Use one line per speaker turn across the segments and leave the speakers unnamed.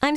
I'm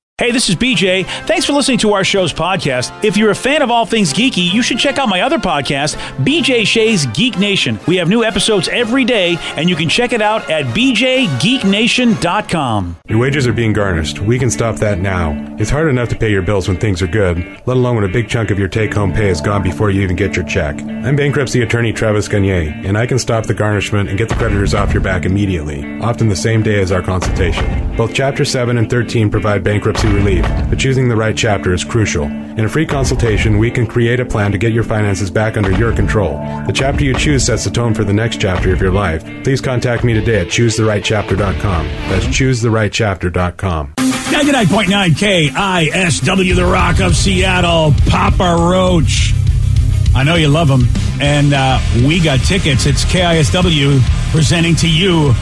Hey, this is BJ. Thanks for listening to our show's podcast. If you're a fan of all things geeky, you should check out my other podcast, BJ Shays Geek Nation. We have new episodes every day, and you can check it out at bjgeeknation.com.
Your wages are being garnished. We can stop that now. It's hard enough to pay your bills when things are good, let alone when a big chunk of your take home pay is gone before you even get your check. I'm bankruptcy attorney Travis Gagne, and I can stop the garnishment and get the creditors off your back immediately, often the same day as our consultation. Both Chapter 7 and 13 provide bankruptcy relief, but choosing the right chapter is crucial. In a free consultation, we can create a plan to get your finances back under your control. The chapter you choose sets the tone for the next chapter of your life. Please contact me today at choosetherightchapter.com. That's choosetherightchapter.com.
99.9 KISW, The Rock of Seattle, Papa Roach. I know you love him. And uh, we got tickets. It's KISW presenting to you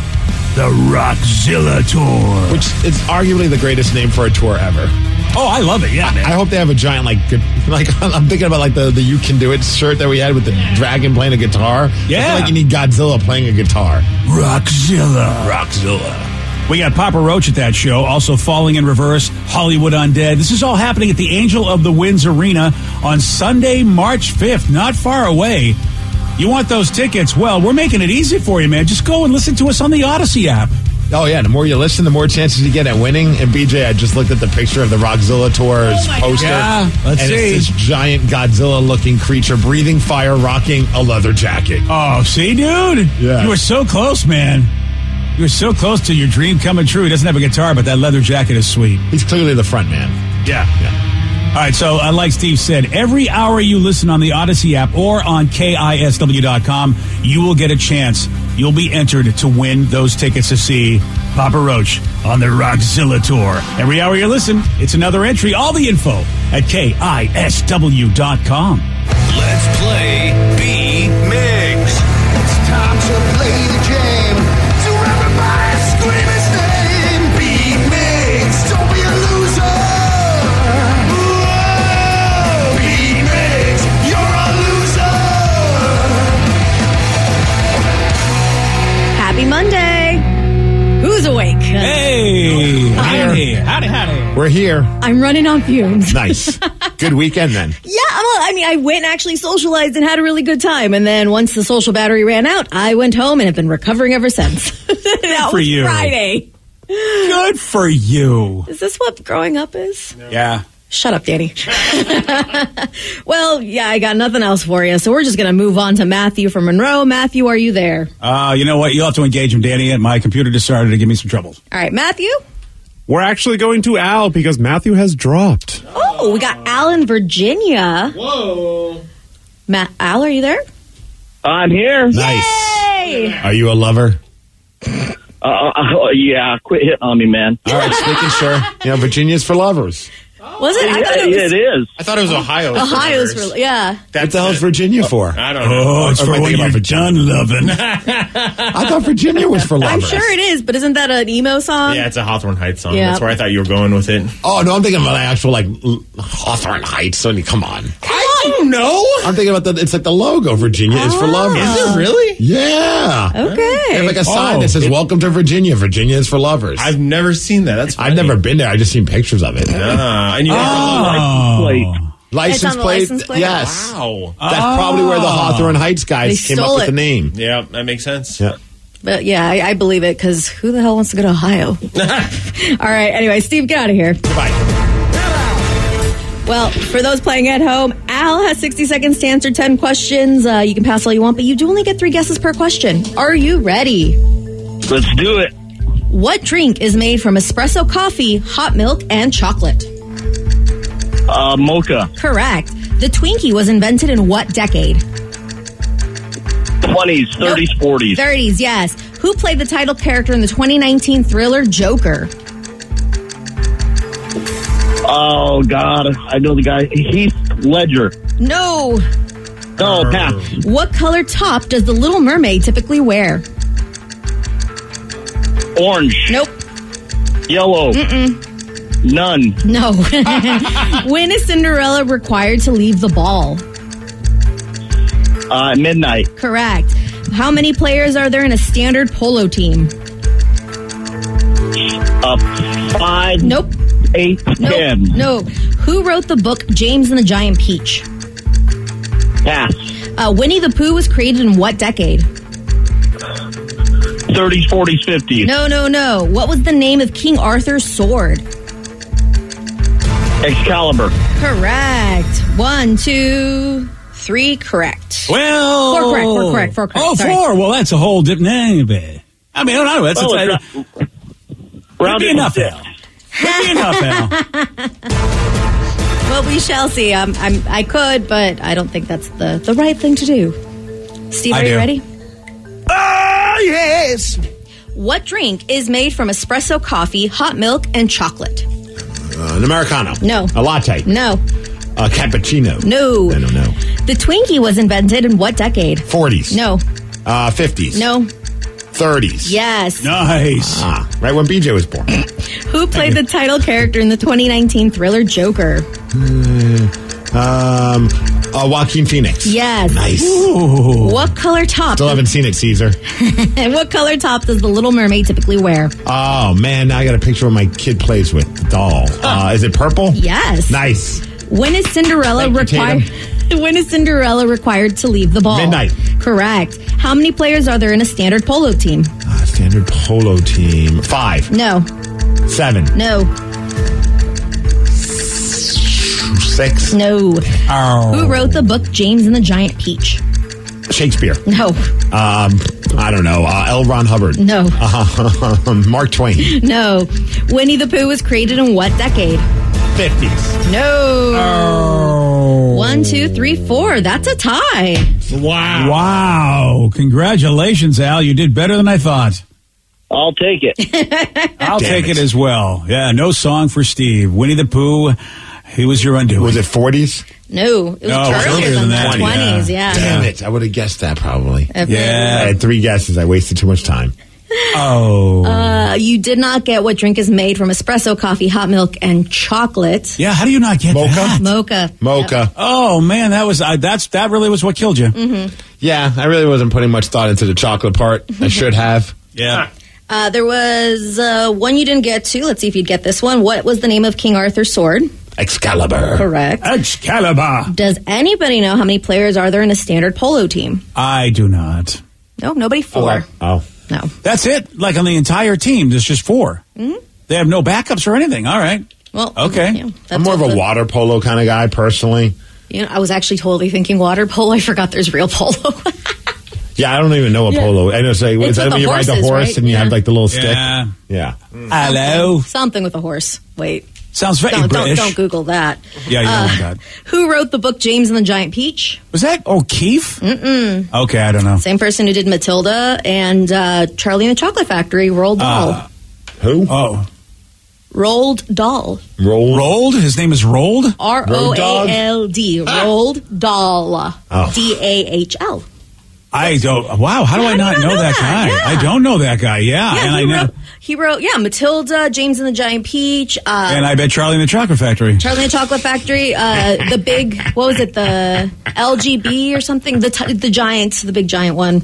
the Rockzilla Tour.
which is arguably the greatest name for a tour ever.
Oh, I love it. Yeah, man.
I hope they have a giant like good, like I'm thinking about like the the you can do it shirt that we had with the dragon playing a guitar. I feel
Yeah.
like you need Godzilla playing a guitar.
Rockzilla. Rockzilla. We got Papa Roach at that show, also Falling in Reverse, Hollywood Undead. This is all happening at the Angel of the Winds Arena on Sunday, March 5th, not far away. You want those tickets? Well, we're making it easy for you, man. Just go and listen to us on the Odyssey app.
Oh yeah, the more you listen, the more chances you get at winning. And BJ, I just looked at the picture of the Rockzilla tour's poster,
God. Yeah, let's
and
see.
it's this giant Godzilla-looking creature breathing fire, rocking a leather jacket.
Oh, see, dude?
Yeah.
You were so close, man. You were so close to your dream coming true. He doesn't have a guitar, but that leather jacket is sweet.
He's clearly the front man.
Yeah. All right, so uh, like Steve said, every hour you listen on the Odyssey app or on KISW.com, you will get a chance. You'll be entered to win those tickets to see Papa Roach on the Rockzilla Tour. Every hour you listen, it's another entry. All the info at KISW.com.
Let's play B Migs. It's time to play the game. So everybody scream his name. B Migs. Don't be a loser. Whoa. B Migs. You're a loser.
Oh, Happy Monday! Who's awake?
Hey! Howdy, howdy, howdy.
We're here.
I'm running on fumes.
Nice. Good weekend then.
Yeah, well, I mean, I went and actually socialized and had a really good time. And then once the social battery ran out, I went home and have been recovering ever since. that
for
was
you.
Friday.
Good for you.
Is this what growing up is?
Yeah.
Shut up, Danny. well, yeah, I got nothing else for you. So we're just going to move on to Matthew from Monroe. Matthew, are you there?
Uh, you know what? You'll have to engage him, Danny. And my computer just started to give me some trouble.
All right, Matthew.
We're actually going to Al because Matthew has dropped.
Oh, we got Al in Virginia. Whoa. Matt, Al, are you there?
I'm here.
Nice.
Hey.
Are you a lover?
Uh, uh, uh, yeah, quit hitting on me, man.
All right, just making sure. You know, Virginia's for lovers.
Was it? I
Yeah,
thought it was
it is.
I thought it was Ohio. Oh,
Ohio's. real- yeah.
what the hell is Virginia for?
I don't know.
Or am I thinking about
done loving.
I thought Virginia was for
I'm
lovers.
sure it is, but isn't that an emo song?
Yeah, it's a Hawthorne Heights song.
Yeah.
That's where I thought you were going with it.
Oh no, I'm thinking about an actual like l- Hawthorne Heights. I mean, come on.
I don't know.
I'm thinking about the. It's like the logo. Virginia is for lovers.
Is it really?
Yeah. They have
Okay.
like a sign that says "Welcome to Virginia." Virginia is for lovers. I've,
Oh. I've never seen that. That's funny.
never been there. I just seen pictures of it.
Ah, and you
Oh.
It's on
License
the
plate.
license plate? Ah.
Yes.
Wow.
That's probably where the Hawthorne Heights guys
They
came up
stole
with the
it.
name.
Yeah, that makes sense.
Yeah.
But yeah, I, I believe it because who the hell wants to go to Ohio? All right. Anyway, Steve, get out of here. Bye. Well, for those playing at home, Al has 60 seconds to answer 10 questions. Uh, you can pass all you want, but you do only get three guesses per question. Are you ready?
Let's do it.
What drink is made from espresso coffee, hot milk, and chocolate?
Uh, mocha.
Correct. The Twinkie was invented in what decade?
20s, 30s, 40s.
30s, yes. Who played the title character in the 2019 thriller Joker?
Oh, God. I know the guy. Heath Ledger. Oh,
No.
No, pass.
What color top does the Little Mermaid typically wear?
Orange.
Nope.
Yellow.
Mm-mm.
None.
No. when is Cinderella required to leave the ball?
Uh, midnight.
Correct. How many players are there in a standard polo team?
Uh, five.
Nope.
Eight. Ten.
No. Who wrote the book James and the Giant Peach?
Pass.
Uh, Winnie the Pooh was created in what decade?
30s, 40s, 50s.
No, no, no. What was the name of King Arthur's sword?
Excalibur.
Correct. One, two, three. Correct.
Well,
Four correct, four correct, four correct.
Oh,
Sorry.
four. Well, that's a whole different. Nah, but- I mean, I don't know. That's
Well,
a,
it's
that'd be enough, Al. That'd be enough, Al.
Well, we shall see. Um, I'm, I could, but I don't think that's the, the right thing to do. Steve,
I
are you
do.
ready? Oh, yes. What drink is made from espresso coffee, hot milk, and chocolate?
Uh, an Americano.
No.
A latte.
No.
A cappuccino.
No.
I don't know.
The Twinkie was invented in what decade?
40s.
No.
Uh, 50s.
No.
30s.
Yes.
Nice.
Ah, right when BJ was born.
Who played the title character in the 2019 thriller Joker?
Uh, um, uh, Joaquin Phoenix.
Yes.
Nice.
What color top?
Still haven't seen it, Caesar.
and what color top does the Little Mermaid typically wear?
Oh, man. Now I got a picture of my kid plays with the doll. Uh, is it purple?
Oh. Yes.
Nice.
When is Cinderella
Thank you,
required? When is Cinderella required to leave the ball?
Midnight.
Correct. How many players are there in a standard polo team?
Uh, standard polo team. Five.
No.
Seven.
No.
Six.
No.
Oh.
Who wrote the book James and the Giant Peach?
Shakespeare.
No.
Um, I don't know. Uh, L. Ron Hubbard.
No.
Uh, Mark Twain.
No. Winnie the Pooh was created in what decade?
50s.
No.
Oh.
One, two, three, four. That's a tie.
Wow. Wow. Congratulations, Al. You did better than I thought.
I'll take it.
I'll take it. as well. Yeah, no song for Steve. Winnie the Pooh, he was your undoing. Was
it 40s?
No, it was
No, it was
earlier than that. 20s, yeah.
Damn it. I would have guessed that probably.
If Yeah.
I had three guesses. I wasted too much time.
Oh.
Uh, you did not get what drink is made from espresso, coffee, hot milk, and chocolate.
yeah, how do you not get mocha? that?
Mocha.
Mocha.
Oh man, that was I that's that really was what killed you.
Mm-hmm.
Yeah, I really wasn't putting much thought into the chocolate part. I should have.
Yeah.
Uh, there was uh, one you didn't get to. Let's see if you'd get this one. What was the name of King Arthur's sword?
Excalibur.
Correct.
Excalibur.
Does anybody know how many players are there in a standard polo team?
I do not.
No, nobody. Four.
Oh.
No.
That's it. Like on the entire team, there's just 4
Mhm.
They have no backups or anything. All right.
Well,
Okay.
I'm more of a water polo kind of guy personally.
You know, I was actually totally thinking water polo. I forgot there's real polo.
Yeah, I don't even know what
Yeah.
polo. I know. Say,
It's
is that
with
when
the
you ride the
horses,
horse
right?
and you
Yeah.
have like the little
Yeah.
stick? Yeah.
Mm.
Hello.
Something with a horse. Wait.
Sounds Oh. very
don't,
British.
Don't, don't Google that.
Yeah, you
Uh,
don't want that.
Who wrote the book James and the Giant Peach?
Was that O'Keefe? Oh.
Mm-mm.
Okay, I don't know.
Same person who did Matilda and uh, Charlie and the Chocolate Factory, Roald Dahl.
Uh,
Who?
Oh.
Rolled Dahl.
Rolled.
Rolled? His name is Rolled?
R O A L D. Rolled Dahl.
Oh.
D A H L.
I don't. Wow, how do I not know, that, guy? I don't know that guy. Yeah,
Yeah,
and I
he
know,
wrote, he wrote, yeah, Matilda, James and the Giant Peach, uh,
and I bet Charlie in the Chocolate Factory.
Charlie and the Chocolate Factory, uh, the big, what was it, the LGB or something? The, t- the giant, the big giant one.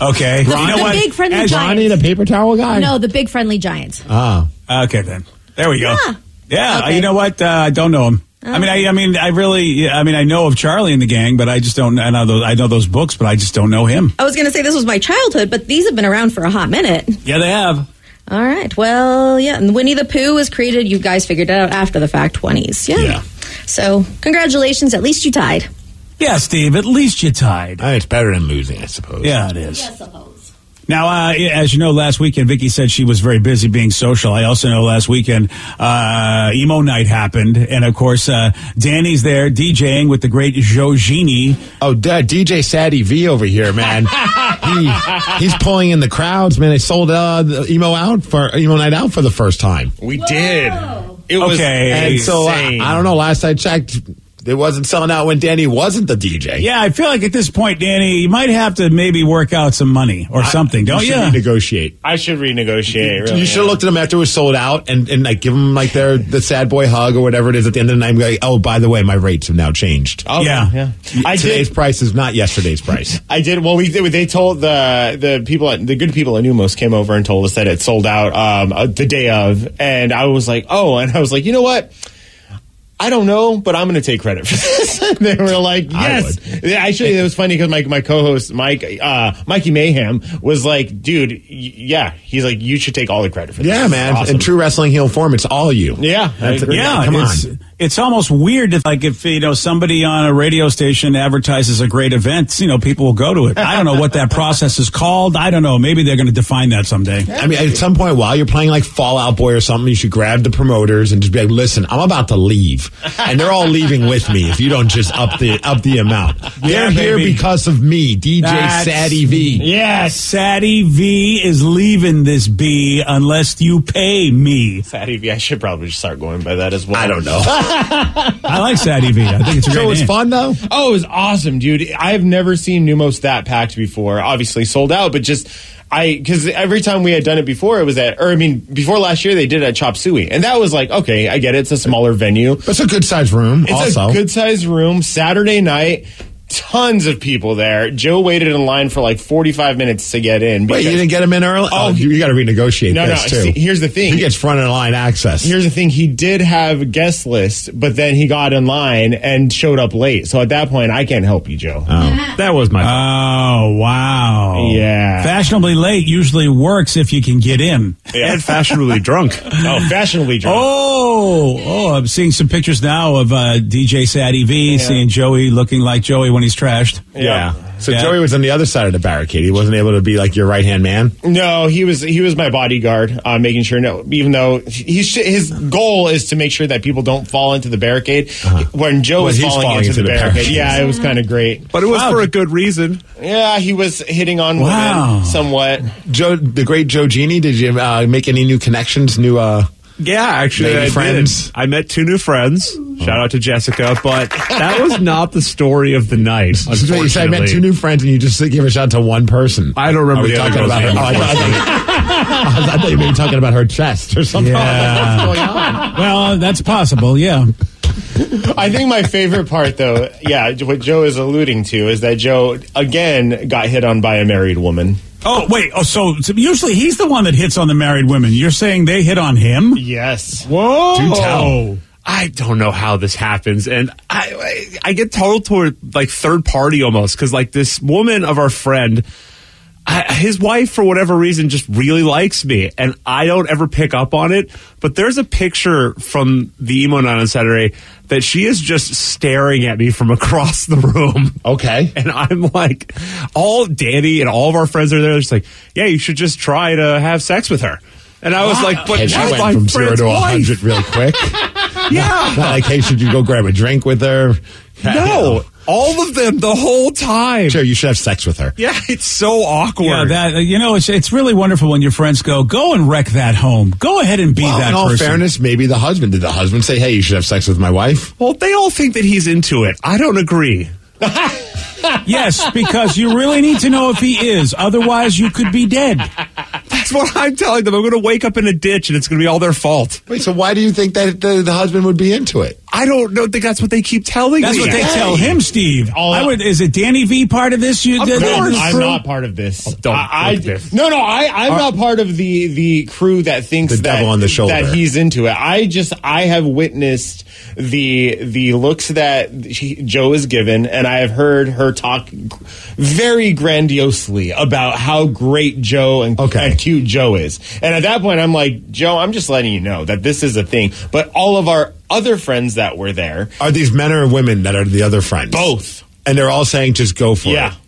Okay,
The- the big friendly
As-
giant. Ronnie
the paper towel guy?
No, the big friendly giant.
Ah,
okay then. There we go. Yeah,
Okay.
you know what? Uh, I don't know him. I mean,
Oh.
I, I mean, I really, I mean, I know of Charlie in the gang, but I just don't. I know those, I know those books, but I just don't know him.
I was going to say this was my childhood, but these have been around for a hot minute.
Yeah, they have.
All right. Well, yeah. And Winnie the Pooh was created, you guys figured it out after the fact, 20s. Yeah. So, congratulations. At least you tied.
Yeah, Steve. At least you tied.
it's better than losing, I suppose.
Yeah, it is. I suppose. Now, uh, as you know, last weekend Vicky said she was very busy being social. I also know last weekend uh, emo night happened, and of course, uh, Danny's there DJing with the great Jojini.
Oh, duh, DJ Sadie V over here, man. he, he's pulling in the crowds, man. They sold uh, the emo out for emo night out for the first time.
We did. It was
Okay.
And so I,
insane.
I don't know. Last I checked, it wasn't selling out when Danny wasn't the DJ.
Yeah, I feel like at this point, Danny, you might have to maybe work out some money or something, don't
you
you?
should renegotiate.
I should renegotiate. Really,
you should have looked at them after it was sold out and, and like give them like their the sad boy hug or whatever it is at the end of the night. and be Like, oh, by the way, my rates have now changed.
Oh,
Yeah.
yeah. I
Today's
did.
price is not yesterday's price.
I did. Well, we did, they told the the people at, the good people at Numos came over and told us that it sold out um, uh, the day of, and I was like, oh, and I was like, you know what? I don't know, but I'm going to take credit for this. And they were like,
I
yes. Yeah, Actually, it was funny because my, my co-host Mike uh, Mikey Mayhem was like, dude, y- yeah. He's like, you should take all the credit for this.
yeah,
It's
man.
awesome."
In true wrestling heel form, it's all you.
Yeah, I
That's-
agree.
Yeah,
come
it's,
on.
It's almost weird if, like, if you know somebody on a radio station advertises a great event, you know, people will go to it. I don't know what that process is called. I don't know. Maybe they're going to define that someday.
I mean, at some point while you're playing like Fallout Boy or something, you should grab the promoters and just be like, "Listen, I'm about to leave, and they're all leaving with me. If you don't just up the up the amount,
Yeah,
they're here
baby.
because of me, DJ
That's-
E Sadie V.
Yes, Sadie V is leaving this B unless you pay me.
Fatty V, I should probably start going by that as well.
I don't know.
I like Sadie V. I think it's a great
so it was
name.
fun though.
Oh, it was awesome, dude. I've never seen Numos that packed before. Obviously sold out, but just I because every time we had done it before, it was at or I mean before last year they did it at Chop Suey, and that was like okay, I get it. It's a smaller venue.
It's a good sized room.
It's
also,
a good sized room. Saturday night, tons of people there. Joe waited in line for like forty five minutes to get in.
Wait, you
because-
didn't get him in early? Oh,
Oh,
you, got to renegotiate
No, no.
this too.
See, here's the thing.
he gets front of the line access.
Here's the thing: he did have guest list, but then he got in line and showed up late. So at that point, I can't help you, Joe.
That was my.
Oh wow!
Yeah.
fashionably late usually works if you can get in.
and fashionably drunk.
oh, fashionably drunk.
Oh, oh! I'm seeing some pictures now of uh, DJ Sadie V, seeing Joey looking like Joey when he's trashed.
yeah. So
Yeah.
Joey was on the other side of the barricade. He wasn't able to be like your right hand man.
No, he was he was my bodyguard, uh, making sure no. Even though he sh- his goal is to make sure that people don't fall into the barricade. When Joe
Uh-huh. Well,
was
he's
falling, into, the, barricade, yeah, it was kind of great.
But it was for a good reason.
Yeah, he was hitting on
Wow.
women somewhat.
Joe, the great Joe Genie. Did you uh, make any new connections? New? uh
Yeah, actually,
Lady
I did.
friends.
I met two new friends. Shout out to Jessica, but that was not the story of the night.
This is what you said. I met two
unfortunately.
new friends, and you just like, give a shout to one person.
I don't remember
Are we
the other
talking
girl's
about her.
name,
Oh, I, thought, I thought- I thought you were talking about her chest or something.
Yeah. well, that's possible. Yeah.
I think my favorite part, though, yeah, what Joe is alluding to is that Joe again got hit on by a married woman.
Oh wait. Oh, so, so usually he's the one that hits on the married women. You're saying they hit on him?
Yes.
Whoa!
Do tell.
I don't know how this happens, and I I, I get told toward like third party almost because like this woman of our friend. I, his wife, for whatever reason, just really likes me, and I don't ever pick up on it. But there's a picture from the emo night on Saturday that she is just staring at me from across the room.
Okay.
And I'm like, all Danny and all of our friends are there. They're just like, yeah, you should just try to have sex with her. And I was like, but
And she
she's
went
my
from zero
friend's
to a
wife.
hundred real quick.
Yeah.
Not like, hey, should you go grab a drink with her?
No, all of them the whole time.
Sure, you should have sex with her.
Yeah, it's so awkward.
Yeah, that uh, you know, it's it's really wonderful when your friends go, go and wreck that home. Go ahead and be
Well,
that
in all
person.
fairness, maybe the husband did. The husband say, "Hey, you should have sex with my wife."
well, they all think that he's into it. I don't agree.
Yes, because you really need to know if he is. Otherwise, you could be dead.
That's what I'm telling them. I'm going to wake up in a ditch and it's going to be all their fault.
Wait, so why do you think that the, the husband would be into it?
I don't know. Think that's what they keep telling
That's
me.
what they tell him, Steve.
All-
I would. Is it Danny V part of this? You
Of
did
course.
that?
I'm not part of this.
Oh,
don't
I, I-
look this.
No, no, I, I'm not part of the the crew that thinks
Uh, The
that,
devil on the shoulder.
that he's into it. I just I have witnessed the the looks that she, Joe is given, and I have heard her talk very grandiosely about how great Joe and,
Okay.
and cute Joe is. And at that point, I'm like, Joe, I'm just letting you know that this is a thing. But all of our other friends that were there,
Are these men or women that are the other friends?
both,
And they're all saying just go for
yeah,
it.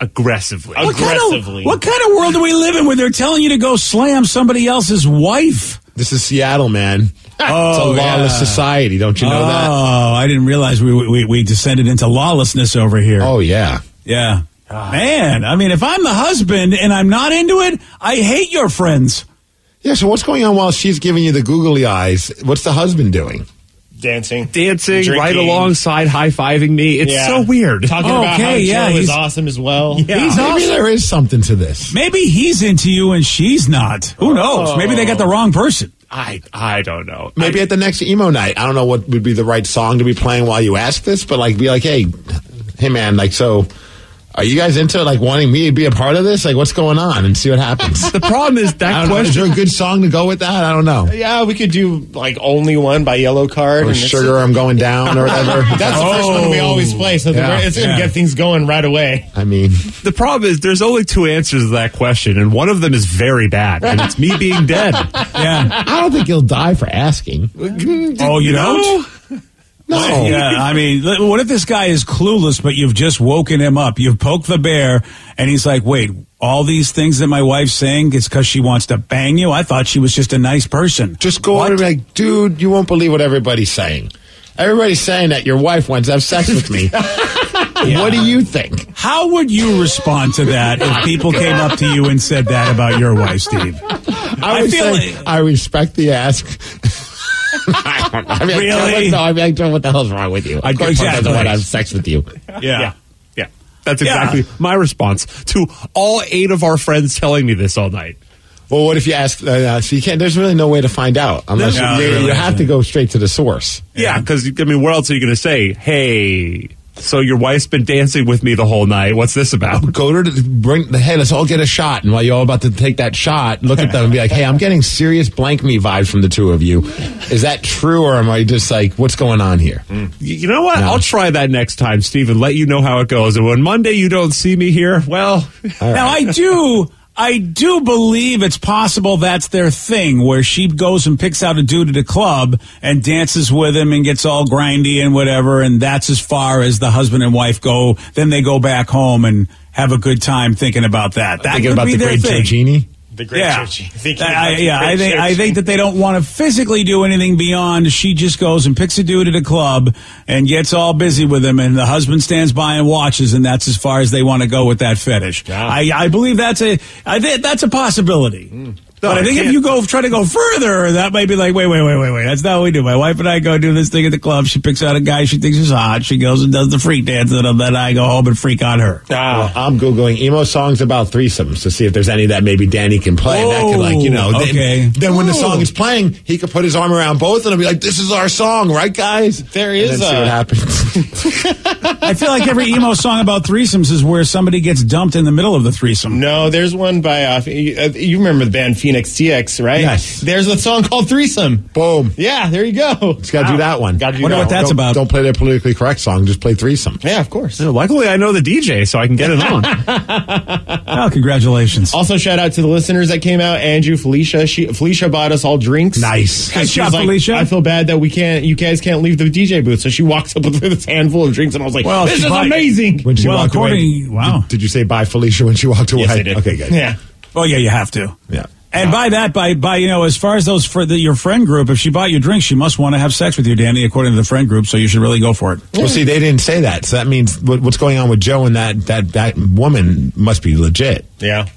aggressively.
What kind,
aggressively.
of, what kind of world do we live in where they're telling you to go slam somebody else's wife?
This is Seattle, man. it's a
Oh,
lawless
yeah.
society. Don't you know
oh,
that?
I didn't realize we, we we descended into lawlessness over here.
Oh, yeah.
yeah, man. I mean, if I'm the husband and I'm not into it, I hate your friends.
Yeah, so what's going on while she's giving you the googly eyes? What's the husband doing?
dancing,
Dancing right
drinking.
alongside, high fiving me. It's
Yeah.
so weird.
Talking about how
Oh, Okay, yeah,
Joe
he's-
is awesome as well.
He's
Maybe
awesome.
there is something to this. Oh.
Maybe he's into you and she's not. Who knows? Maybe they got the wrong person.
I I don't know.
Maybe at the next emo night, I don't know what would be the right song to be playing while you ask this, but like be like, hey, hey man, like so, are you guys into like wanting me to be a part of this? Like what's going on, and see what happens.
the problem is
I
that
don't know. Is
question.
there a good song to go with that? I don't know.
Yeah, we could do like only one by Yellow Card
Or
and it's-
sugar, I'm going down, or whatever.
That's the first one we always play, so the-
Yeah.
it's going to
Oh. Yeah.
get things going right away.
I mean,
The problem is there's only two answers to that question, and one of them is very bad, and it's me being dead.
Yeah.
I don't think he'll die for asking.
Oh, you don't?
No.
Yeah, I mean, li- what if this guy is clueless, but you've just woken him up? You've poked the bear, and he's like, wait, all these things that my wife's saying is because she wants to bang you? I thought she was just a nice person.
Just go over and be like, dude, you won't believe what everybody's saying. Everybody's saying that your wife wants to have sex with me. What do you think?
How would you respond to that if people came up to you and said that about your wife, Steve?
I would
feel
say
it.
I respect the ask. I don't know. I mean, I
Really?
don't know. I mean, I don't know what the hell's wrong with you. Of course
exactly.
I don't want to have sex with you.
Yeah. Yeah. That's
Yeah.
exactly my response to all eight of our friends telling me this all night.
Well, what if you ask? Uh, uh, so you can't. There's really no way to find out Oh, unless
No,
you, you,
there really
have to go straight to the source.
Yeah, because I mean, where else are you going to say, "Hey, so your wife's been dancing with me the whole night? What's this about?"
Go to the, bring the hey. Let's all get a shot. And while you're all about to take that shot, look at them and be like, "Hey, I'm getting serious blank me vibe from the two of you. Is that true, or am I just like, what's going on here?"
Y- You know what? I'll try that next time, Steve, and let you know how it goes. And when Monday you don't see me here, well,
Now I do I do believe it's possible that's their thing where she goes and picks out a dude at a club and dances with him and gets all grindy and whatever and that's as far as the husband and wife go then they go back home and have a good time thinking about that. That
Thinking
could
about
be
the
their
great
thing.
Giorgini.
The
yeah, I, I- yeah. I think I think that they don't want to physically do anything beyond. She just goes and picks a dude at a club and gets all busy with him, and the husband stands by and watches, and that's as far as they want to go with that fetish. I, I believe that's a I think that's a possibility. but I
Hmm. I
think if
can't-
you go try to go further, that might be like wait wait wait wait wait. That's not what we do. My wife and I go do this thing at the club. She picks out a guy she thinks is hot. She goes and does the freak dance, and then I go home and freak on her.
Well, I'm googling emo songs about threesomes to see if there's any that maybe Danny can play. and that could like you know.
Whoa,
then-
okay.
Then, when the song is playing, he could put his arm around both and be like, "This is our song, right, guys?"
There
And then
is
see
a-
what happens.
uh, I feel like every emo song about threesomes is where somebody gets dumped in the middle of the threesome.
No, there's one by uh, Ph- uh, you remember the band Phoenix TX, right?
Yes.
There's a song called Threesome.
Boom.
Yeah, there you go.
Just gotta do that one.
Gotta do
Wonder
that.
what
one.
that's
don't,
about.
Don't play their politically correct song. Just play threesome.
yeah, of course.
luckily I know the DJ, so I can get it on.
Oh, congratulations.
Also, shout out to the listeners that came out. Andrew, Felicia, she, Felicia bought us all drinks.
Nice.
And
Good
she
job,
was like,
Felicia.
I feel bad that we can't. You guys can't leave the DJ booth. So she walks up with this handful of drinks, and I was like,
Well,
"This
she
is
probably-
amazing."
When she
Well,
walked away,
according- wow.
Did, did you say bye, Felicia, when she walked away?
Yes, I did.
Okay, good.
Yeah.
Oh yeah, you have to.
Yeah.
And by that, by by you know, as far as those for the, your friend group, if she bought you drinks, she must want to have sex with you, Danny, according to the friend group. So you should really go for it.
Well, see, they didn't say that, so that means what, what's going on with Joe and that that that woman must be legit.
Yeah.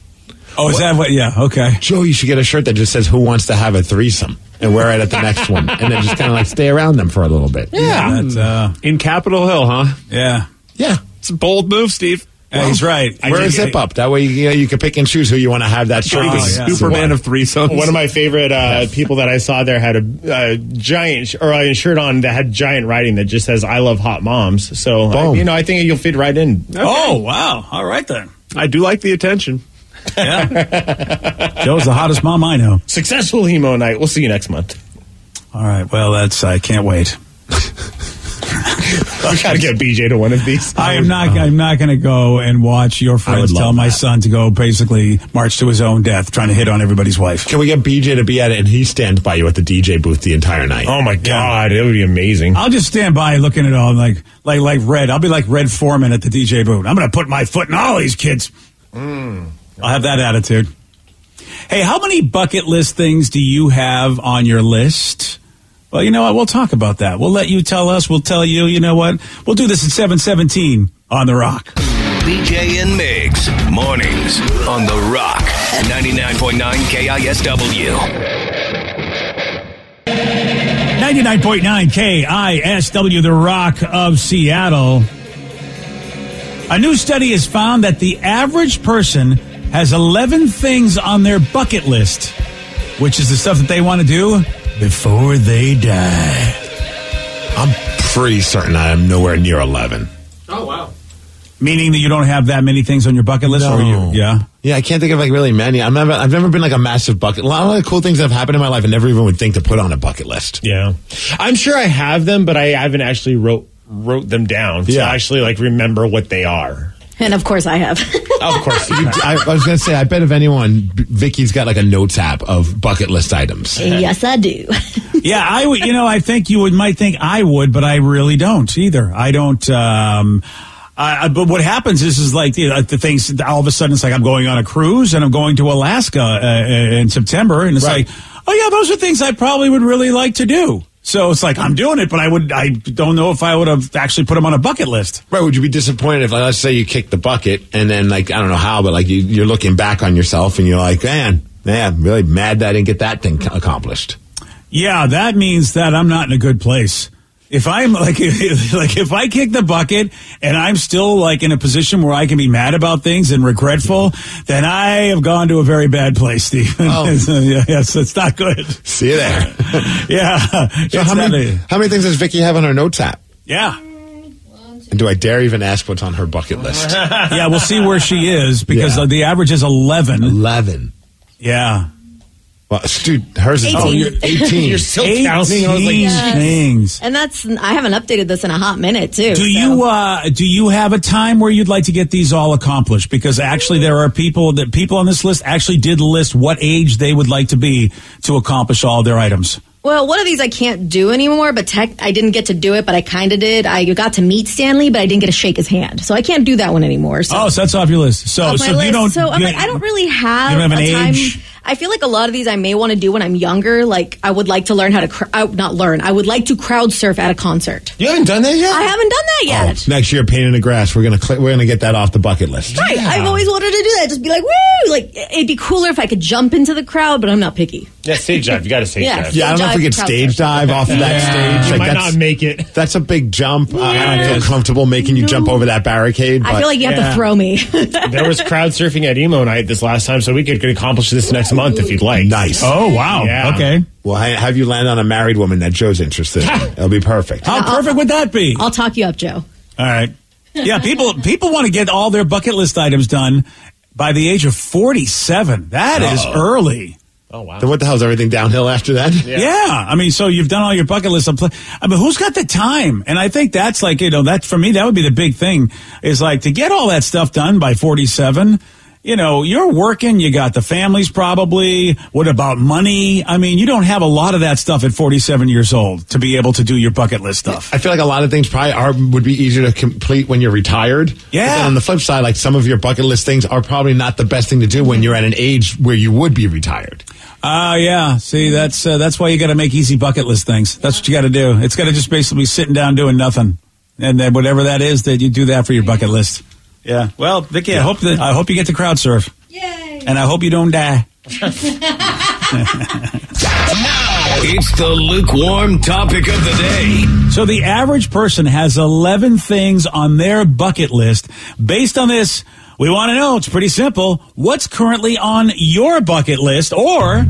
Oh, is that what? Yeah. Okay.
Joe, you should get a shirt that just says "Who wants to have a threesome?" and wear it at the next one, and then just kind of like stay around them for a little bit.
Yeah. That's, uh,
In Capitol Hill, huh?
yeah.
yeah.
It's a bold move, Steve.
Yeah, he's right. I
Wear a
did-
zip up. That way, you know, you can pick and choose who you want to have that shirt.
Oh,
be.
yeah. Superman
of threesomes.
One of my favorite uh, people that I saw there had a, a giant sh- or a shirt on that had giant writing that just says "I love hot moms." So I,
Boom.
you know, I think you'll fit right in.
Oh, wow. All right, then.
I do like the attention.
Joe's the hottest mom I know.
Successful hemo night. We'll see you next month.
All right. Well, that's I can't wait.
I gotta get BJ to one of these.
I am not. I'm not going to go and watch your friends tell my son to go basically march to his own death, trying to hit on everybody's wife.
Can we get BJ to be at it and he stands by you at the DJ booth the entire night?
Oh my god, it would be amazing.
I'll just stand by looking at all like like like Red. I'll be like Red Foreman at the DJ booth. I'm going to put my foot in all these kids.
Mm.
I'll have that attitude. Hey, how many bucket list things do you have on your list? Well, you know what? We'll talk about that. We'll let you tell us. We'll tell you. You know what? We'll do this at 717 on The Rock.
BJ and Migs, mornings on The Rock, 99.9 KISW.
99.9 KISW, The Rock of Seattle. A new study has found that the average person has 11 things on their bucket list, which is the stuff that they want to do before they die.
I'm pretty certain I am nowhere near 11.
Oh, wow. Meaning that you don't have that many things on your bucket list, or you? Yeah.
Yeah, I can't think of like really many. I'm never, I've never been like a massive bucket. A lot of the cool things that have happened in my life, I never even would think to put on a bucket list.
Yeah, I'm sure I have them, but I haven't actually wrote wrote them down to actually like remember what they are.
And of course I have.
Of course,
You- I, I was gonna say, I bet if anyone, B- Vicky's got like a notes app of bucket list items.
yes, I do.
yeah, I would. You know, I think you would might think I would, but I really don't either. I don't. Um, I, I- but what happens is, is like you know, the things. All of a sudden, it's like I'm going on a cruise and I'm going to Alaska uh, in September, and it's like, oh yeah, those are things I probably would really like to do. So it's like I'm doing it, but I would. I don't know if I would have actually put them on a bucket list.
Right? Would you be disappointed if, like, let's say, you kicked the bucket and then, like, I don't know how, but like you, you're looking back on yourself and you're like, man, man, I'm really mad that I didn't get that thing co- accomplished.
Yeah, that means that I'm not in a good place. If I'm like, like if I kick the bucket and I'm still like in a position where I can be mad about things and regretful, then I have gone to a very bad place, Steve. yeah, yes, it's not good.
Oh. See you there.
yeah.
So
It's
how
not
many,
a-
how many things does Vicky have on her notes app?
yeah.
And do I dare even ask what's on her bucket list?
Yeah, we'll see where she is because uh, the average is 11.
11.
Yeah.
Well, dude, hers is oh, you're 18.
Yes.
things.
And that's I haven't updated this in a hot minute too.
Do you uh, do you have a time where you'd like to get these all accomplished? Because actually, there are people that people on this list actually did list what age they would like to be to accomplish all their items.
Well, one of these I can't do anymore, but tech, I didn't get to do it, but I kind of did. I got to meet Stanley, but I didn't get to shake his hand, so I can't do that one anymore. So.
Oh, so that's off your list. So
off my
so
list.
you don't.
so I'm
you-
like, I don't really have,
you don't have
a
an
time.
age?
I feel like a lot of these I may want to do when I'm younger. Like I would like to learn how to cr- I, not learn. I would like to crowd surf at a concert.
You haven't done that yet.
I haven't done that yet.
Oh, Next year, painting the grass. We're gonna cl- we're gonna get that off the bucket list.
Right. I've always wanted to do that. Just be like, woo! Like it'd be cooler if I could jump into the crowd, but I'm not picky.
Yeah, stage dive. You got to stage
Yeah,
dive.
Yeah, I don't know if we could
Stage dive,
stage dive off of that
Yeah.
stage.
You
Like,
might
that's-
not make it.
That's a big jump. Uh, I- I don't feel comfortable making you jump over that barricade.
I
but-
feel like you have to throw me.
There was crowd surfing at emo night this last time, so we could accomplish this next month if you'd like.
Nice.
Oh wow.
Yeah.
Okay.
Well, I- have you land on a married woman that Joe's interested in? It'll be perfect.
How perfect would that be?
I'll talk you up, Joe.
All right. Yeah, people people want to get all their bucket list items done by the age of forty seven. That is
Uh-oh.
early.
Oh wow.
Then what the hell is everything downhill after that?
Yeah. I mean, so you've done all your bucket list. Pl- I mean, who's got the time? And I think that's like, you know, that for me, that would be the big thing is like to get all that stuff done by 47. You know, you're working, you got the families probably. What about money? I mean, you don't have a lot of that stuff at 47 years old to be able to do your bucket list stuff.
I feel like a lot of things probably are would be easier to complete when you're retired.
Yeah.
But then on the flip side, like some of your bucket list things are probably not the best thing to do when you're at an age where you would be retired.
Ah, yeah. See, that's uh, that's why you got to make easy bucket list things. That's what you got to do. It's got to just basically be sitting down doing nothing, and then whatever that is, that you do that for your bucket list. Yeah. Well, Vicky, I hope that I hope you get to crowd surf,
Yay!
and I hope you don't die.
It's the lukewarm topic of the day.
So the average person has 11 things on their bucket list. Based on this, we want to know, it's pretty simple, what's currently on your bucket list or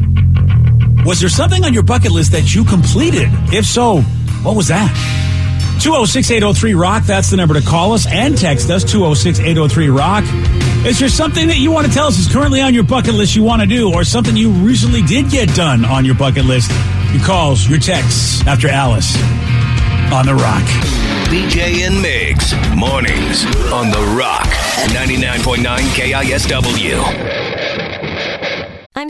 was there something on your bucket list that you completed? If so, what was that? 206 803 Rock, that's the number to call us and text us 206 803 Rock. Is there something that you want to tell us is currently on your bucket list you want to do, or something you recently did get done on your bucket list? Your calls, your texts after Alice on The Rock.
BJ and Migs, mornings on The Rock, 99.9 KISW.
I'm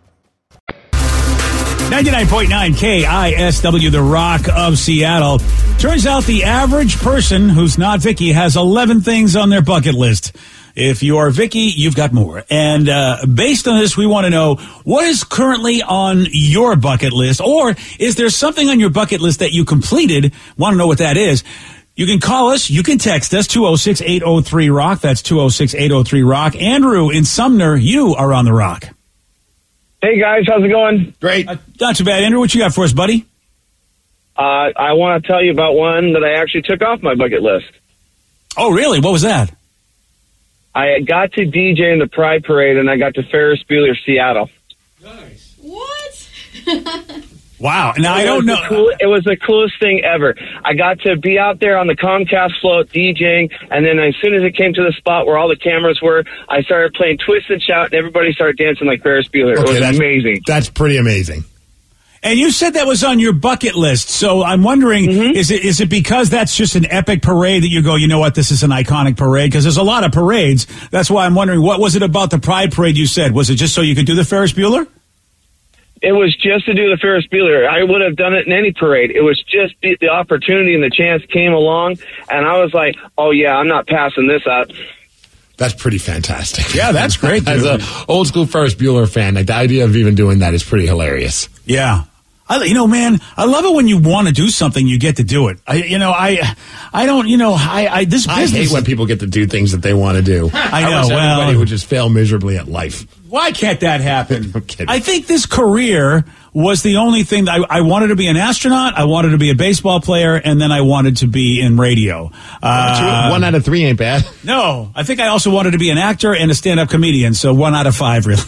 99.9 KISW, The Rock of Seattle. Turns out the average person who's not Vicky has 11 things on their bucket list. If you are Vicky, you've got more. And uh, based on this, we want to know what is currently on your bucket list, or is there something on your bucket list that you completed? Want to know what that is? You can call us. You can text us 206 803 Rock. That's 206 803 Rock. Andrew in Sumner, you are on the rock.
Hey guys, how's it going?
Great. Uh, not too bad, Andrew. What you got for us, buddy?
Uh, I want to tell you about one that I actually took off my bucket list.
Oh, really? What was that?
I got to DJ in the Pride Parade, and I got to Ferris Bueller Seattle.
Wow! Now I
It
don't
was the
know.
cool- it was the coolest thing ever. I got to be out there on the Comcast float DJing, and then as soon as it came to the spot where all the cameras were, I started playing Twist and Shout, and everybody started dancing like Ferris Bueller. it was amazing.
That's pretty amazing.
And you said that was on your bucket list, so I'm wondering is it is it because that's just an epic parade that you go, you know what, this is an iconic parade because there's a lot of parades. That's why I'm wondering what was it about the Pride Parade you said? Was it just so you could do the Ferris Bueller?
It was just to do the Ferris Bueller. I would have done it in any parade. It was just the, the opportunity and the chance came along, and I was like, "Oh yeah, I'm not passing this up."
That's pretty fantastic.
Yeah, that's great.
As an old school Ferris Bueller fan, like the idea of even doing that is pretty hilarious.
Yeah. I, you know, man, I love it when you want to do something, you get to do it. I, you know, I, I don't, you know, I, I this
I
business.
hate when people get to do things that they want to do.
I know,
wish
well-
everybody would just fail miserably at life.
Why can't that happen? i think this career was the only thing that I, I wanted to be an astronaut. I wanted to be a baseball player, and then I wanted to be in radio. Uh,
One out of three ain't bad.
No, I think I also wanted to be an actor and a stand-up comedian. So one out of five, really.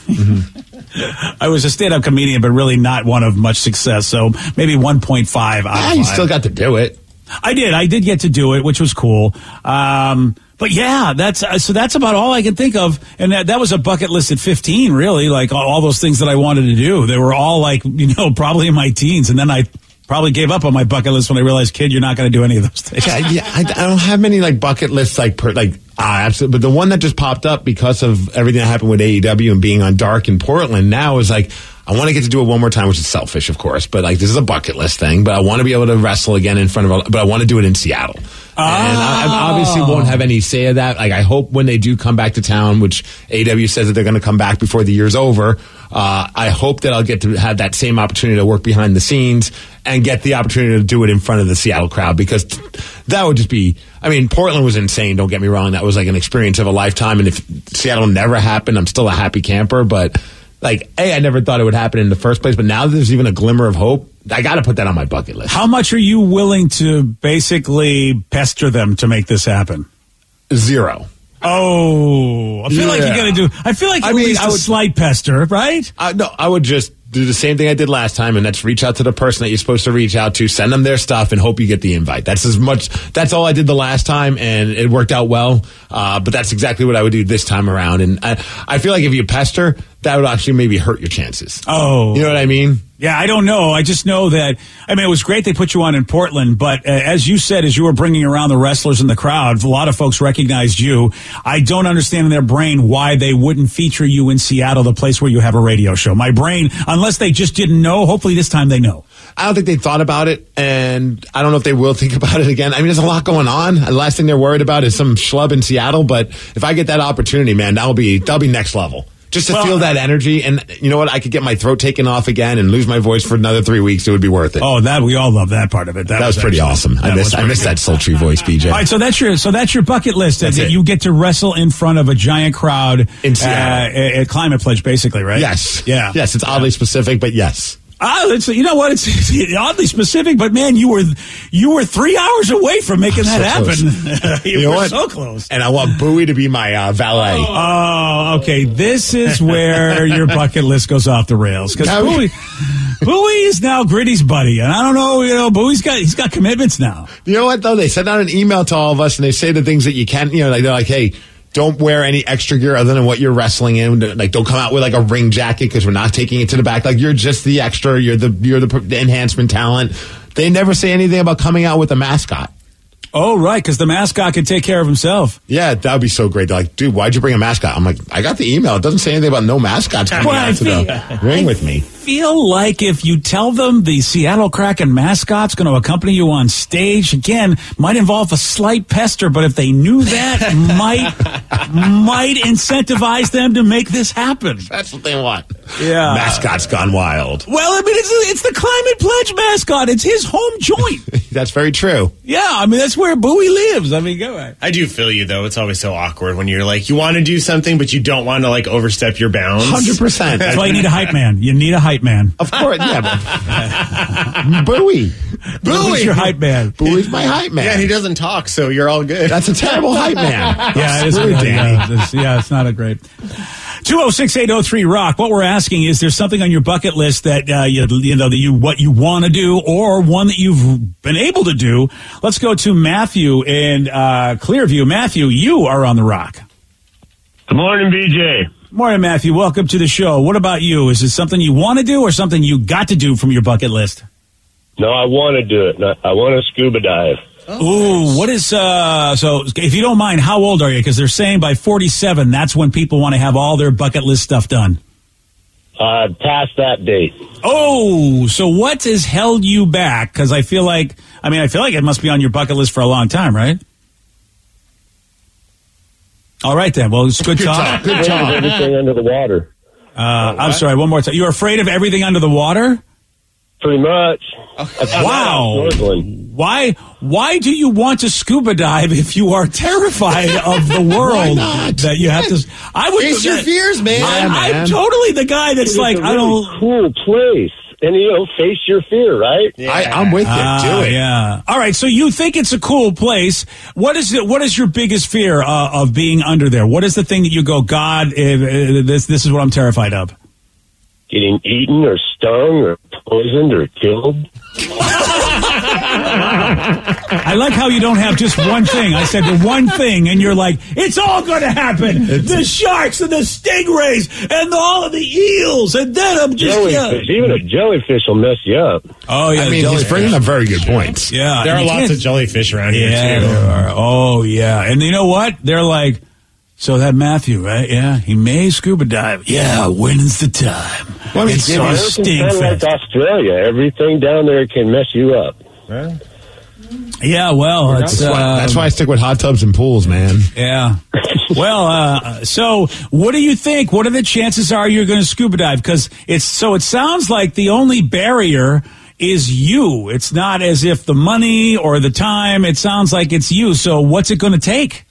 I was a stand-up comedian, but really not one of much success. So maybe one point five out of
Ah,
five.
you still got to do it.
I did. I did get to do it, which was cool. Um, but yeah, that's uh, so. That's about all I can think of, and that, that was a bucket list at fifteen. Really, like all, all those things that I wanted to do. They were all like you know probably in my teens, and then I probably gave up on my bucket list when I realized, kid, you're not going to do any of those things.
Yeah, yeah I, I don't have many like bucket lists like per, like ah, absolutely. But E the one that just popped up because of everything that happened with AEW and being on Dark in Portland now is like I want to get to do it one more time, which is selfish, of course, but like this is a bucket list thing. But I want to be able to wrestle again in front of, but I want to do it in Seattle. And I, I obviously won't have any say of that. Like I hope when they do come back to town, which AW says that they're going to come back before the year's over. Uh, I hope that I'll get to have that same opportunity to work behind the scenes and get the opportunity to do it in front of the Seattle crowd because t- that would just be. I mean, Portland was insane. Don't get me wrong; that was like an experience of a lifetime. And if Seattle never happened, I'm still a happy camper. But like, a, I never thought it would happen in the first place. But now that there's even a glimmer of hope, I got to put that on my bucket list.
How much are you willing to basically pester them to make this happen?
Zero.
Oh, I feel like you
Yeah.
got to do. I feel like
I
at
mean,
least
I
a
would-
slight pester, right?
Uh, no, I would just do the same thing I did last time, and that's reach out to the person that you're supposed to reach out to, send them their stuff, and hope you get the invite. That's as much. That's all I did the last time, and it worked out well. Uh, but that's exactly what I would do this time around. And I, I feel like if you pester, that would actually maybe hurt your chances.
Oh,
you know what I mean?
Yeah, I don't know. I just know that. I mean, it was great they put you on in Portland, but uh, as you said, as you were bringing around the wrestlers in the crowd, a lot of folks recognized you. I don't understand in their brain why they wouldn't feature you in Seattle, the place where you have a radio show. My brain, unless they just didn't know. Hopefully, this time they know.
I don't think they thought about it, and I don't know if they will think about it again. I mean, there's a lot going on. The last thing they're worried about is some schlub in Seattle. But if I get that opportunity, man, that'll be that'll be next level. Just to feel
uh,
that energy, and you know what? I could get my throat taken off again and lose my voice for another three weeks. It would be worth it.
Oh, that we all love that part of it. That,
that, was, pretty
actually-
awesome. I
that
missed
was
I
pretty
missed
good.
that sultry voice, BJ.
All right, so that's your so that's your bucket list uh, that, that you get to wrestle in front of a giant crowd in
Seattle.
uh, at Climate Pledge, basically, right?
Yes.
Yeah.
Yes, it's oddly specific, but yes.
Ah, it's, you know what? It's, it's oddly specific, but man, you were you were three hours away from making
So
that
close.
happen. you
know
were
what?
so close.
And I want Bowie to be my uh, valet.
Oh, okay. This is where your bucket list goes off the rails because
Now-
Bowie, Bowie is now Gritty's buddy, and I don't know. You know, Bowie's got he's got commitments now.
You know what though? They send out an email to all of us and they say the things that you can. You know, like they're like, "Hey, don't wear any extra gear other than what you're wrestling in. Like, don't come out with like a ring jacket because we're not taking it to the back. Like, you're just the extra. You're the you're the, the enhancement talent." They never say anything about coming out with a mascot.
Oh, right, because the mascot can take care of himself.
Yeah, that would be so great. They're like, dude, why'd you bring a mascot? I'm like, I got the email. It doesn't say anything about no mascots coming
Well, I
out to the
feel-
ring with me.
Feel like if you tell them the Seattle Kraken mascot's going to accompany you on stage again, might involve a slight pester, but if they knew that, might might incentivize them to make this happen.
That's what they want.
Yeah.
Mascots gone wild.
Well, I mean, it's, it's the Climate Pledge mascot. It's his home joint.
That's very true.
yeah, I mean, that's where Bowie lives. I mean, go ahead.
I do feel you though. It's always so awkward when you're like you want to do something, but you don't want to like overstep your bounds.
100%.
That's why you need a hype man. You need a hype man.
Of course, yeah. but- Bowie.
Bowie's your hype man.
Bowie's my hype man.
Yeah, he doesn't talk, so you're all good.
That's a terrible hype man.
Yeah, it is. uh,
Screw
yeah,
Danny.
Yeah, it's, yeah, it's not a great. 206-803 rock. What we're asking is there something on your bucket list that uh, you, you know that you what you want to do or one that you've been able to do? Let's go to Matthew in uh, Clearview. Matthew, you are on the rock.
Good morning, BJ.
Morning, Matthew. Welcome to the show. What about you? Is it something you want to do or something you got to do from your bucket list?
No, I want to do it. No, I want to scuba dive.
Ooh, what is uh? So, if you don't mind, how old are you? Because they're saying by forty-seven, that's when people want to have all their bucket list stuff done.
Uh, past that date.
Oh, so what has held you back? Because I feel like, I mean, I feel like it must be on your bucket list for a long time, right? All right then. Well, it's good,
Good
talk.
talk, good talk. Afraid of everything under the water.
Uh, I'm sorry. One more time. You're afraid of everything under the water?
Pretty much.
Wow. Why? Why do you want to scuba dive if you are terrified of the world that you have to? I would.
Face your fears, man.
I'm,
Yeah,
I'm
man.
totally the guy that's
It's
like,
a
I
really
don't.
Cool place. And, you know, face your fear, right?
I, I'm with you.
Ah,
Do it.
Yeah. All right. So you think it's a cool place? What is it? What is your biggest fear uh, of being under there? What is the thing that you go, God, if, uh, this this is what I'm terrified of?
Getting eaten or stung or poisoned or killed.
I like how you don't have just one thing. I said the one thing, and you're like, it's all going to happen. the sharks and the stingrays and all of the eels, and then I'm just
jellyfish.
yeah.
Even a jellyfish will mess you up.
Oh yeah.
I mean, he's
jellyfish.
bringing up very good points.
Yeah,
There are
you
lots
can't-
of jellyfish around
Yeah,
here too.
there are. Oh, yeah. And you know what? They're like, So that Matthew, right? Yeah, he may scuba dive. Yeah, when's the time?
Well, I mean,
it's
the
so
Americans
stink
kinda
fest.
like Australia. Everything down there can mess you up.
Yeah, well, it's,
that's, why,
um,
that's why I stick with hot tubs and pools, man.
Yeah. well, uh, so what do you think? What are the chances are you're going to scuba dive? Because it's so it sounds like the only barrier is you. It's not as if the money or the time. It sounds like it's you. So what's it going to take?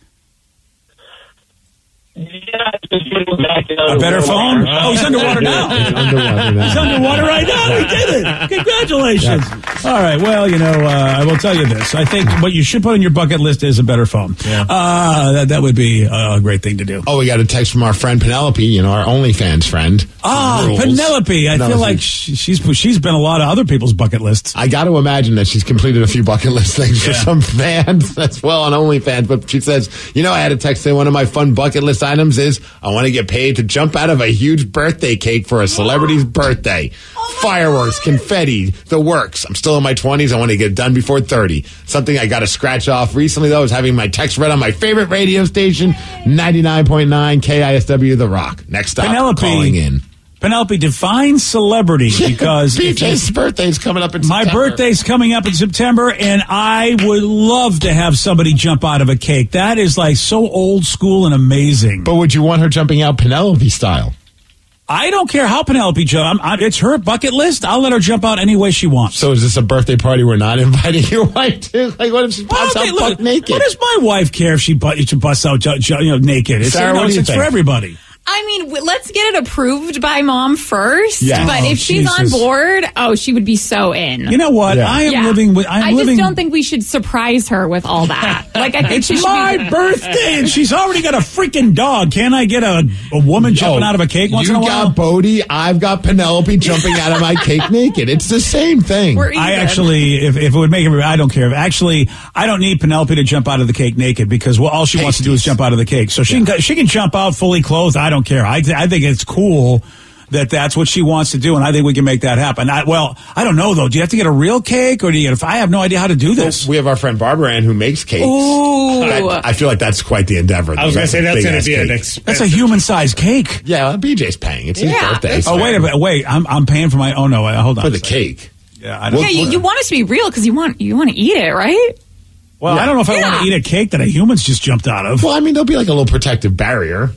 A
better phone? Oh, he's underwater now. He's
underwater now.
He's underwater right now. He did it. Congratulations. All right. Well, you know, uh, I will tell you this. I think what you should put on your bucket list is a better phone. Uh, that, that would be a great thing to do.
Oh, we got a text from our friend Penelope, you know, our OnlyFans friend.
Ah,
Rules.
Penelope. I feel
Penelope.
like she- she's she's been a lot of other people's bucket lists.
I got to imagine that she's completed a few bucket list things for some fans as well on OnlyFans. But she says, you know, I had a text saying one of my fun bucket list items is I want to get paid to jump out of a huge birthday cake for a celebrity's birthday. Fireworks, confetti, the works. I'm still in my 20s. I want to get it done before 30. Something I got to scratch off recently, though, is having my text read on my favorite radio station, 99.9 KISW The Rock. Next stop,
Penelope
calling in.
Penelope defines celebrity because if you-
BJ's birthday's coming up in
my
September.
birthday's coming up in September, and I would love to have somebody jump out of a cake. That is like so old school and amazing.
But would you want her jumping out Penelope style?
I don't care how Penelope jump. I'm, I'm, it's her bucket list. I'll let her jump out any way she wants.
So is this a birthday party we're not inviting your wife to? Like, what if she pops out buck naked?
What does my wife care if she, bu- she busts out ju- ju- you know, naked? It's,
Sarah,
you know,
what do you
it's
think?
for everybody.
I mean, w- let's get it approved by mom first.
Yes.
But
Oh,
if she's on
Jesus.
board, oh, she would be so in.
You know what? I am living with- I'm
I
living-
just don't think we should surprise her with all that. like, I think
it's
she should
my
be-
birthday, and she's already got a freaking dog. Can I get a, a woman jumping
Oh,
out of a cake once
you
in a while?
got Bodie. I've got Penelope jumping out of my cake naked. It's the same thing.
I actually, if, if it would make everybody, I don't care. Actually, I don't need Penelope to jump out of the cake naked because well, all she wants to do is jump out of the cake. So she can she can jump out fully clothed. I don't care. I I think it's cool that that's what she wants to do, and I think we can make that happen. I, well, I don't know though. Do you have to get a real cake, or do you? If I have no idea how to do this,
we have our friend Barbara Ann who makes cakes.
Ooh.
That- I feel like that's quite the endeavor.
I was gonna say that's
big
gonna
ass
be an
cake.
that's a human sized cake.
Yeah, BJ's paying. It's his
Yeah,
birthday.
that's
Oh wait a minute, wait. I'm I'm paying for my. Oh no, wait, hold on
For
a
the
second.
cake.
Yeah, I don't.
Yeah, you, you want it to be real because you want you want to eat it, right?
well, I don't know if I
Yeah.
want to eat a cake that a human's just jumped out of.
Well, I mean, there'll be like a little protective barrier.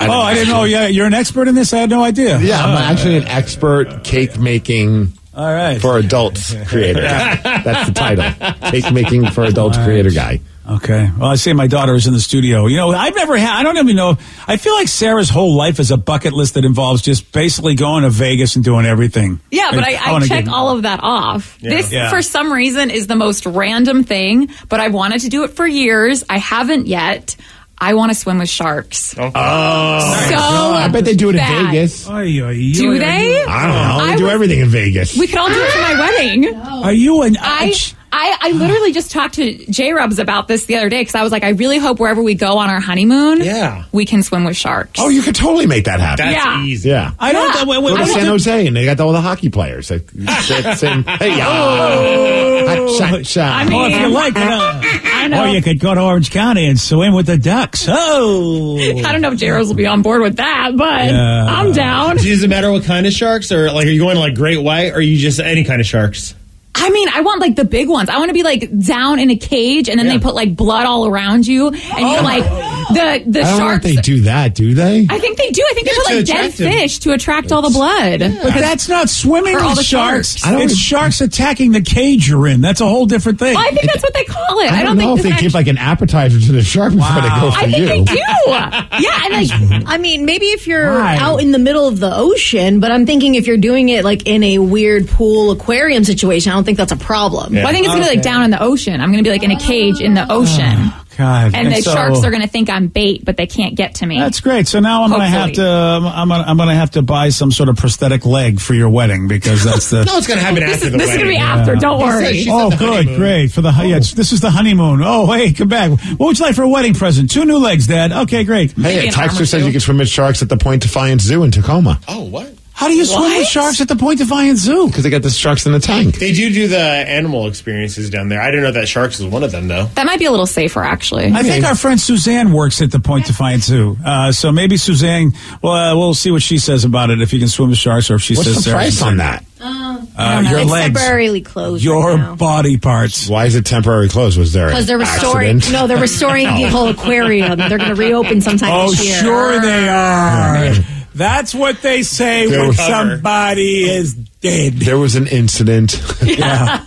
oh, I didn't know. Yeah, you're an expert in this. I had no idea.
Yeah, I'm actually an expert cake making
All right.
for adults creator. That's the title. Cake making for adults creator guy.
Okay. Well, I see my daughter is in the studio. You know, I've never had, I don't even know. I feel like Sarah's whole life is a bucket list that involves just basically going to Vegas and doing everything.
Yeah, but
And
I, I,
wanna
check
get-
all of that off.
Yeah.
This,
Yeah.
for some reason, is the most random thing, but I wanted to do it for years. I haven't yet. I want to swim with sharks. Oh, so
Uh, I bet they do it in
bad.
Vegas.
Ay, ay, ay,
Do
ay,
they?
ay.
I don't know. They
I
do
was-
everything in Vegas.
We could all do it for my wedding.
Are you an
I, I, I literally just talked to J Rubs about this the other day because I was like, I really hope wherever we go on our honeymoon,
Yeah.
we can swim with sharks.
oh, you could totally make that happen.
That's Yeah.
easy.
Yeah.
I don't. Wait, wait,
Go to
wait,
San
wait.
Jose, and they got all the hockey players. Like, that's in- hey,
Oh.
yeah. Hot shot, shot.
I mean,
Well, if you like, you know.
I know.
Or you could go to Orange County and swim with the ducks. Oh.
I don't know if J Rubs will be on board with that, but
Yeah.
I'm down.
Does it matter what kind of sharks, or like, are you going like great white, or are you just any kind of sharks?
I mean, I want like the big ones. I want to be like down in a cage, and then they put like blood all around you, and
Oh,
you're like the the
I don't know if
sharks.
they do that, do they?
I think they do. I think they
Yeah,
put
to
like dead
attract them.
fish to attract all the blood.
But that's not swimming
For all
with
the
sharks.
sharks.
I don't
It's
even-
sharks attacking the cage you're in. That's a whole different thing.
Well, I think that's what they call it.
I
I
don't,
don't,
know if
think
they
this
give like an appetizer to the shark before they go for
I
you.
think they do. Yeah, and like
I mean, maybe if you're
Why?
out in the middle of the ocean, but I'm thinking if you're doing it like in a weird pool aquarium situation, I don't think that's a problem.
well, I think it's gonna be like down in the ocean. I'm gonna be like in a cage in
Oh.
the ocean,
God.
and the
so-
sharks are gonna think I'm bait, but they can't get to me.
That's great. So now I'm going to have to um,
Hopefully.
I'm gonna, I'm going to have to buy some sort of prosthetic leg for your wedding because that's the
No, it's gonna happen
this
after
is,
the
this is
wedding.
gonna be after. Don't worry.
she's-
Oh,
the
good,
honeymoon.
great for the oh. yeah. This is the honeymoon. Oh, hey, come back. What would you like for a wedding present? Two new legs, Dad. Okay, great.
Hey,
Maybe
a
an arm or
texter says
two.
you can swim with sharks at the Point Defiance Zoo in Tacoma.
Oh, what?
How do you swim with sharks at the Point Defiance Zoo?
Because they got the sharks in the tank.
They do do the animal experiences down there. I didn't know that sharks was one of them though.
That might be a little safer, actually.
I think our friend Suzanne works at the Point Defiance Zoo. Uh, so maybe Suzanne, well, uh, we'll see what she says about it if you can swim with sharks or if she
What's
says
the
Sarah
price
can-
on that?
Um,
I don't know. Uh, your
it's
legs.
temporarily closed.
Your body parts.
Why is it temporary closed? Was there
because they're restoring. No, they're restoring the whole aquarium. They're going to reopen sometime
Oh,
this year.
sure they are. That's what they say
They
when
were-
somebody is dead.
There was an incident.
Yeah.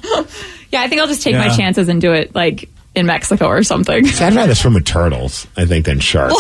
yeah, I think I'll just take
Yeah.
my chances and do it like in Mexico or something.
I'd rather swim with turtles, I think, than sharks.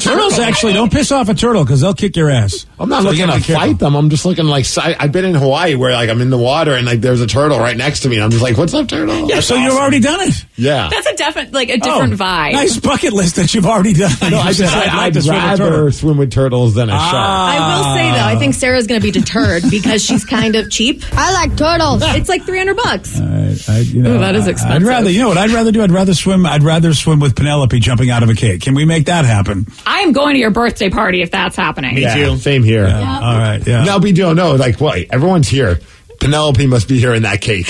Turtles actually don't piss off a turtle because they'll kick your ass.
I'm not
So you
looking
gotta
to
be careful.
fight them. I'm just looking like si- I've been in Hawaii where like I'm in the water and like there's a turtle right next to me and I'm just like, "What's up, turtle?"
Yeah, so you've already done it.
Yeah.
That's a different, like a different
Oh,
vibe.
Nice bucket list that you've already done.
No, I
You
just said
like
I'd,
to swim with
rather
turtles."
swim Ah. with turtles than a shark.
I will say though, I think Sarah's going to be deterred because she's kind of cheap. I like turtles. It's like three hundred bucks.
I, I, you know,
Ooh, that is
I-
expensive.
I'd rather, you know what I'd rather do? I'd rather swim. I'd rather swim with Penelope jumping out of a cake. Can we make that happen?
I am going to your birthday party if that's happening.
Yeah, Same here.
All right. Yeah.
No, we don't know. Like, what? Everyone's here. Penelope must be here in that cake.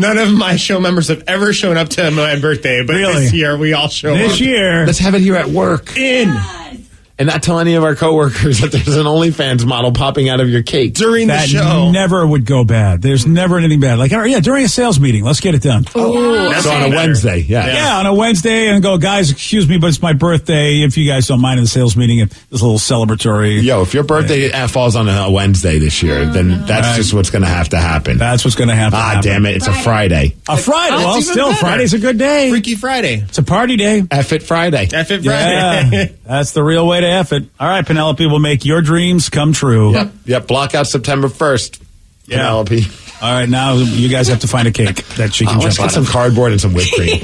None of my show members have ever shown up to my birthday, but this year we all show up.
year,
let's have it here at work.
In.
And not tell any of our coworkers that there's an OnlyFans model popping out of your cake during
that never would go bad. There's never anything bad. Like, all right, yeah, during a sales meeting, let's get it done.
Oh,
so on a Wednesday, yeah.
Yeah. on a Wednesday, and go, guys, excuse me, but it's my birthday. If you guys don't mind in the sales meeting, if this little celebratory.
Yo, if your birthday uh, falls on a Wednesday this year,
Oh,
then that's
Right.
just what's going to have to happen.
That's what's going to happen.
Ah, damn it! It's a Friday.
A Friday.
That's
well,
even
still,
better.
Friday's a good day.
Freaky Friday.
It's a party day.
F it Friday.
F it
Yeah, that's the real way to F it. All right, Penelope, we'll make your dreams come true.
Yep. Yep. Block out September first. Penelope.
All right, now you guys have to find a cake that she can
Oh,
jump
let's
out
get some
of.
cardboard and some whipped cream.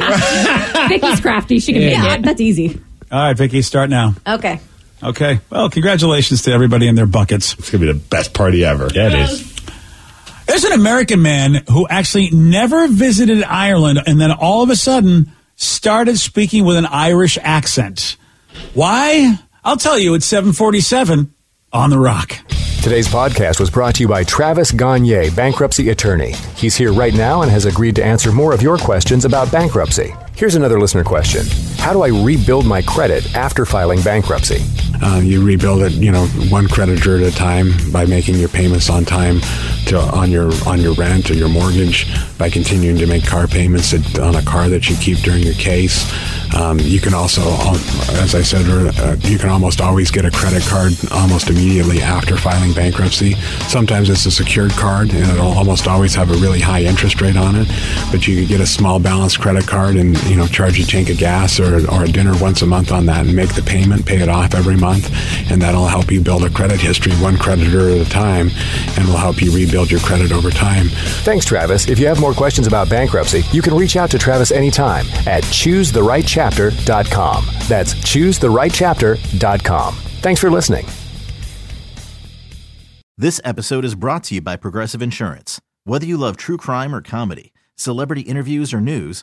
Vicky's crafty. She can
Yeah.
make
Yeah.
it.
That's easy.
All right, Vicky, start now.
Okay.
Okay. Well, congratulations to everybody in their buckets.
It's gonna be the best party ever. Yeah, it is.
There's an American man who actually never visited Ireland and then all of a sudden started speaking with an Irish accent. Why? I'll tell you, it's 747 on The Rock.
Today's podcast was brought to you by Travis Gagne, bankruptcy attorney. He's here right now and has agreed to answer more of your questions about bankruptcy. Here's another listener question How do I rebuild my credit after filing bankruptcy?
Um, you rebuild it, you know, one creditor at a time by making your payments on time to on your on your rent or your mortgage by continuing to make car payments that- on a car that you keep during your case. Um, you can also, al- as I said, er, uh, you can almost always get a credit card almost immediately after filing bankruptcy. Sometimes it's a secured card and it'll almost always have a really high interest rate on it, but you could get a small balance credit card and you know charge a tank of gas or, or a dinner once a month on that and make the payment, pay it off every month, and that'll help you build a credit history one creditor at a time and will help you rebuild your credit over time.
Thanks, Travis. If you have more questions about bankruptcy, you can reach out to Travis anytime at choosetherightchapter.com. That's choosetherightchapter.com. Thanks for listening.
This episode is brought to you by Progressive Insurance. Whether you love true crime or comedy, celebrity interviews or news,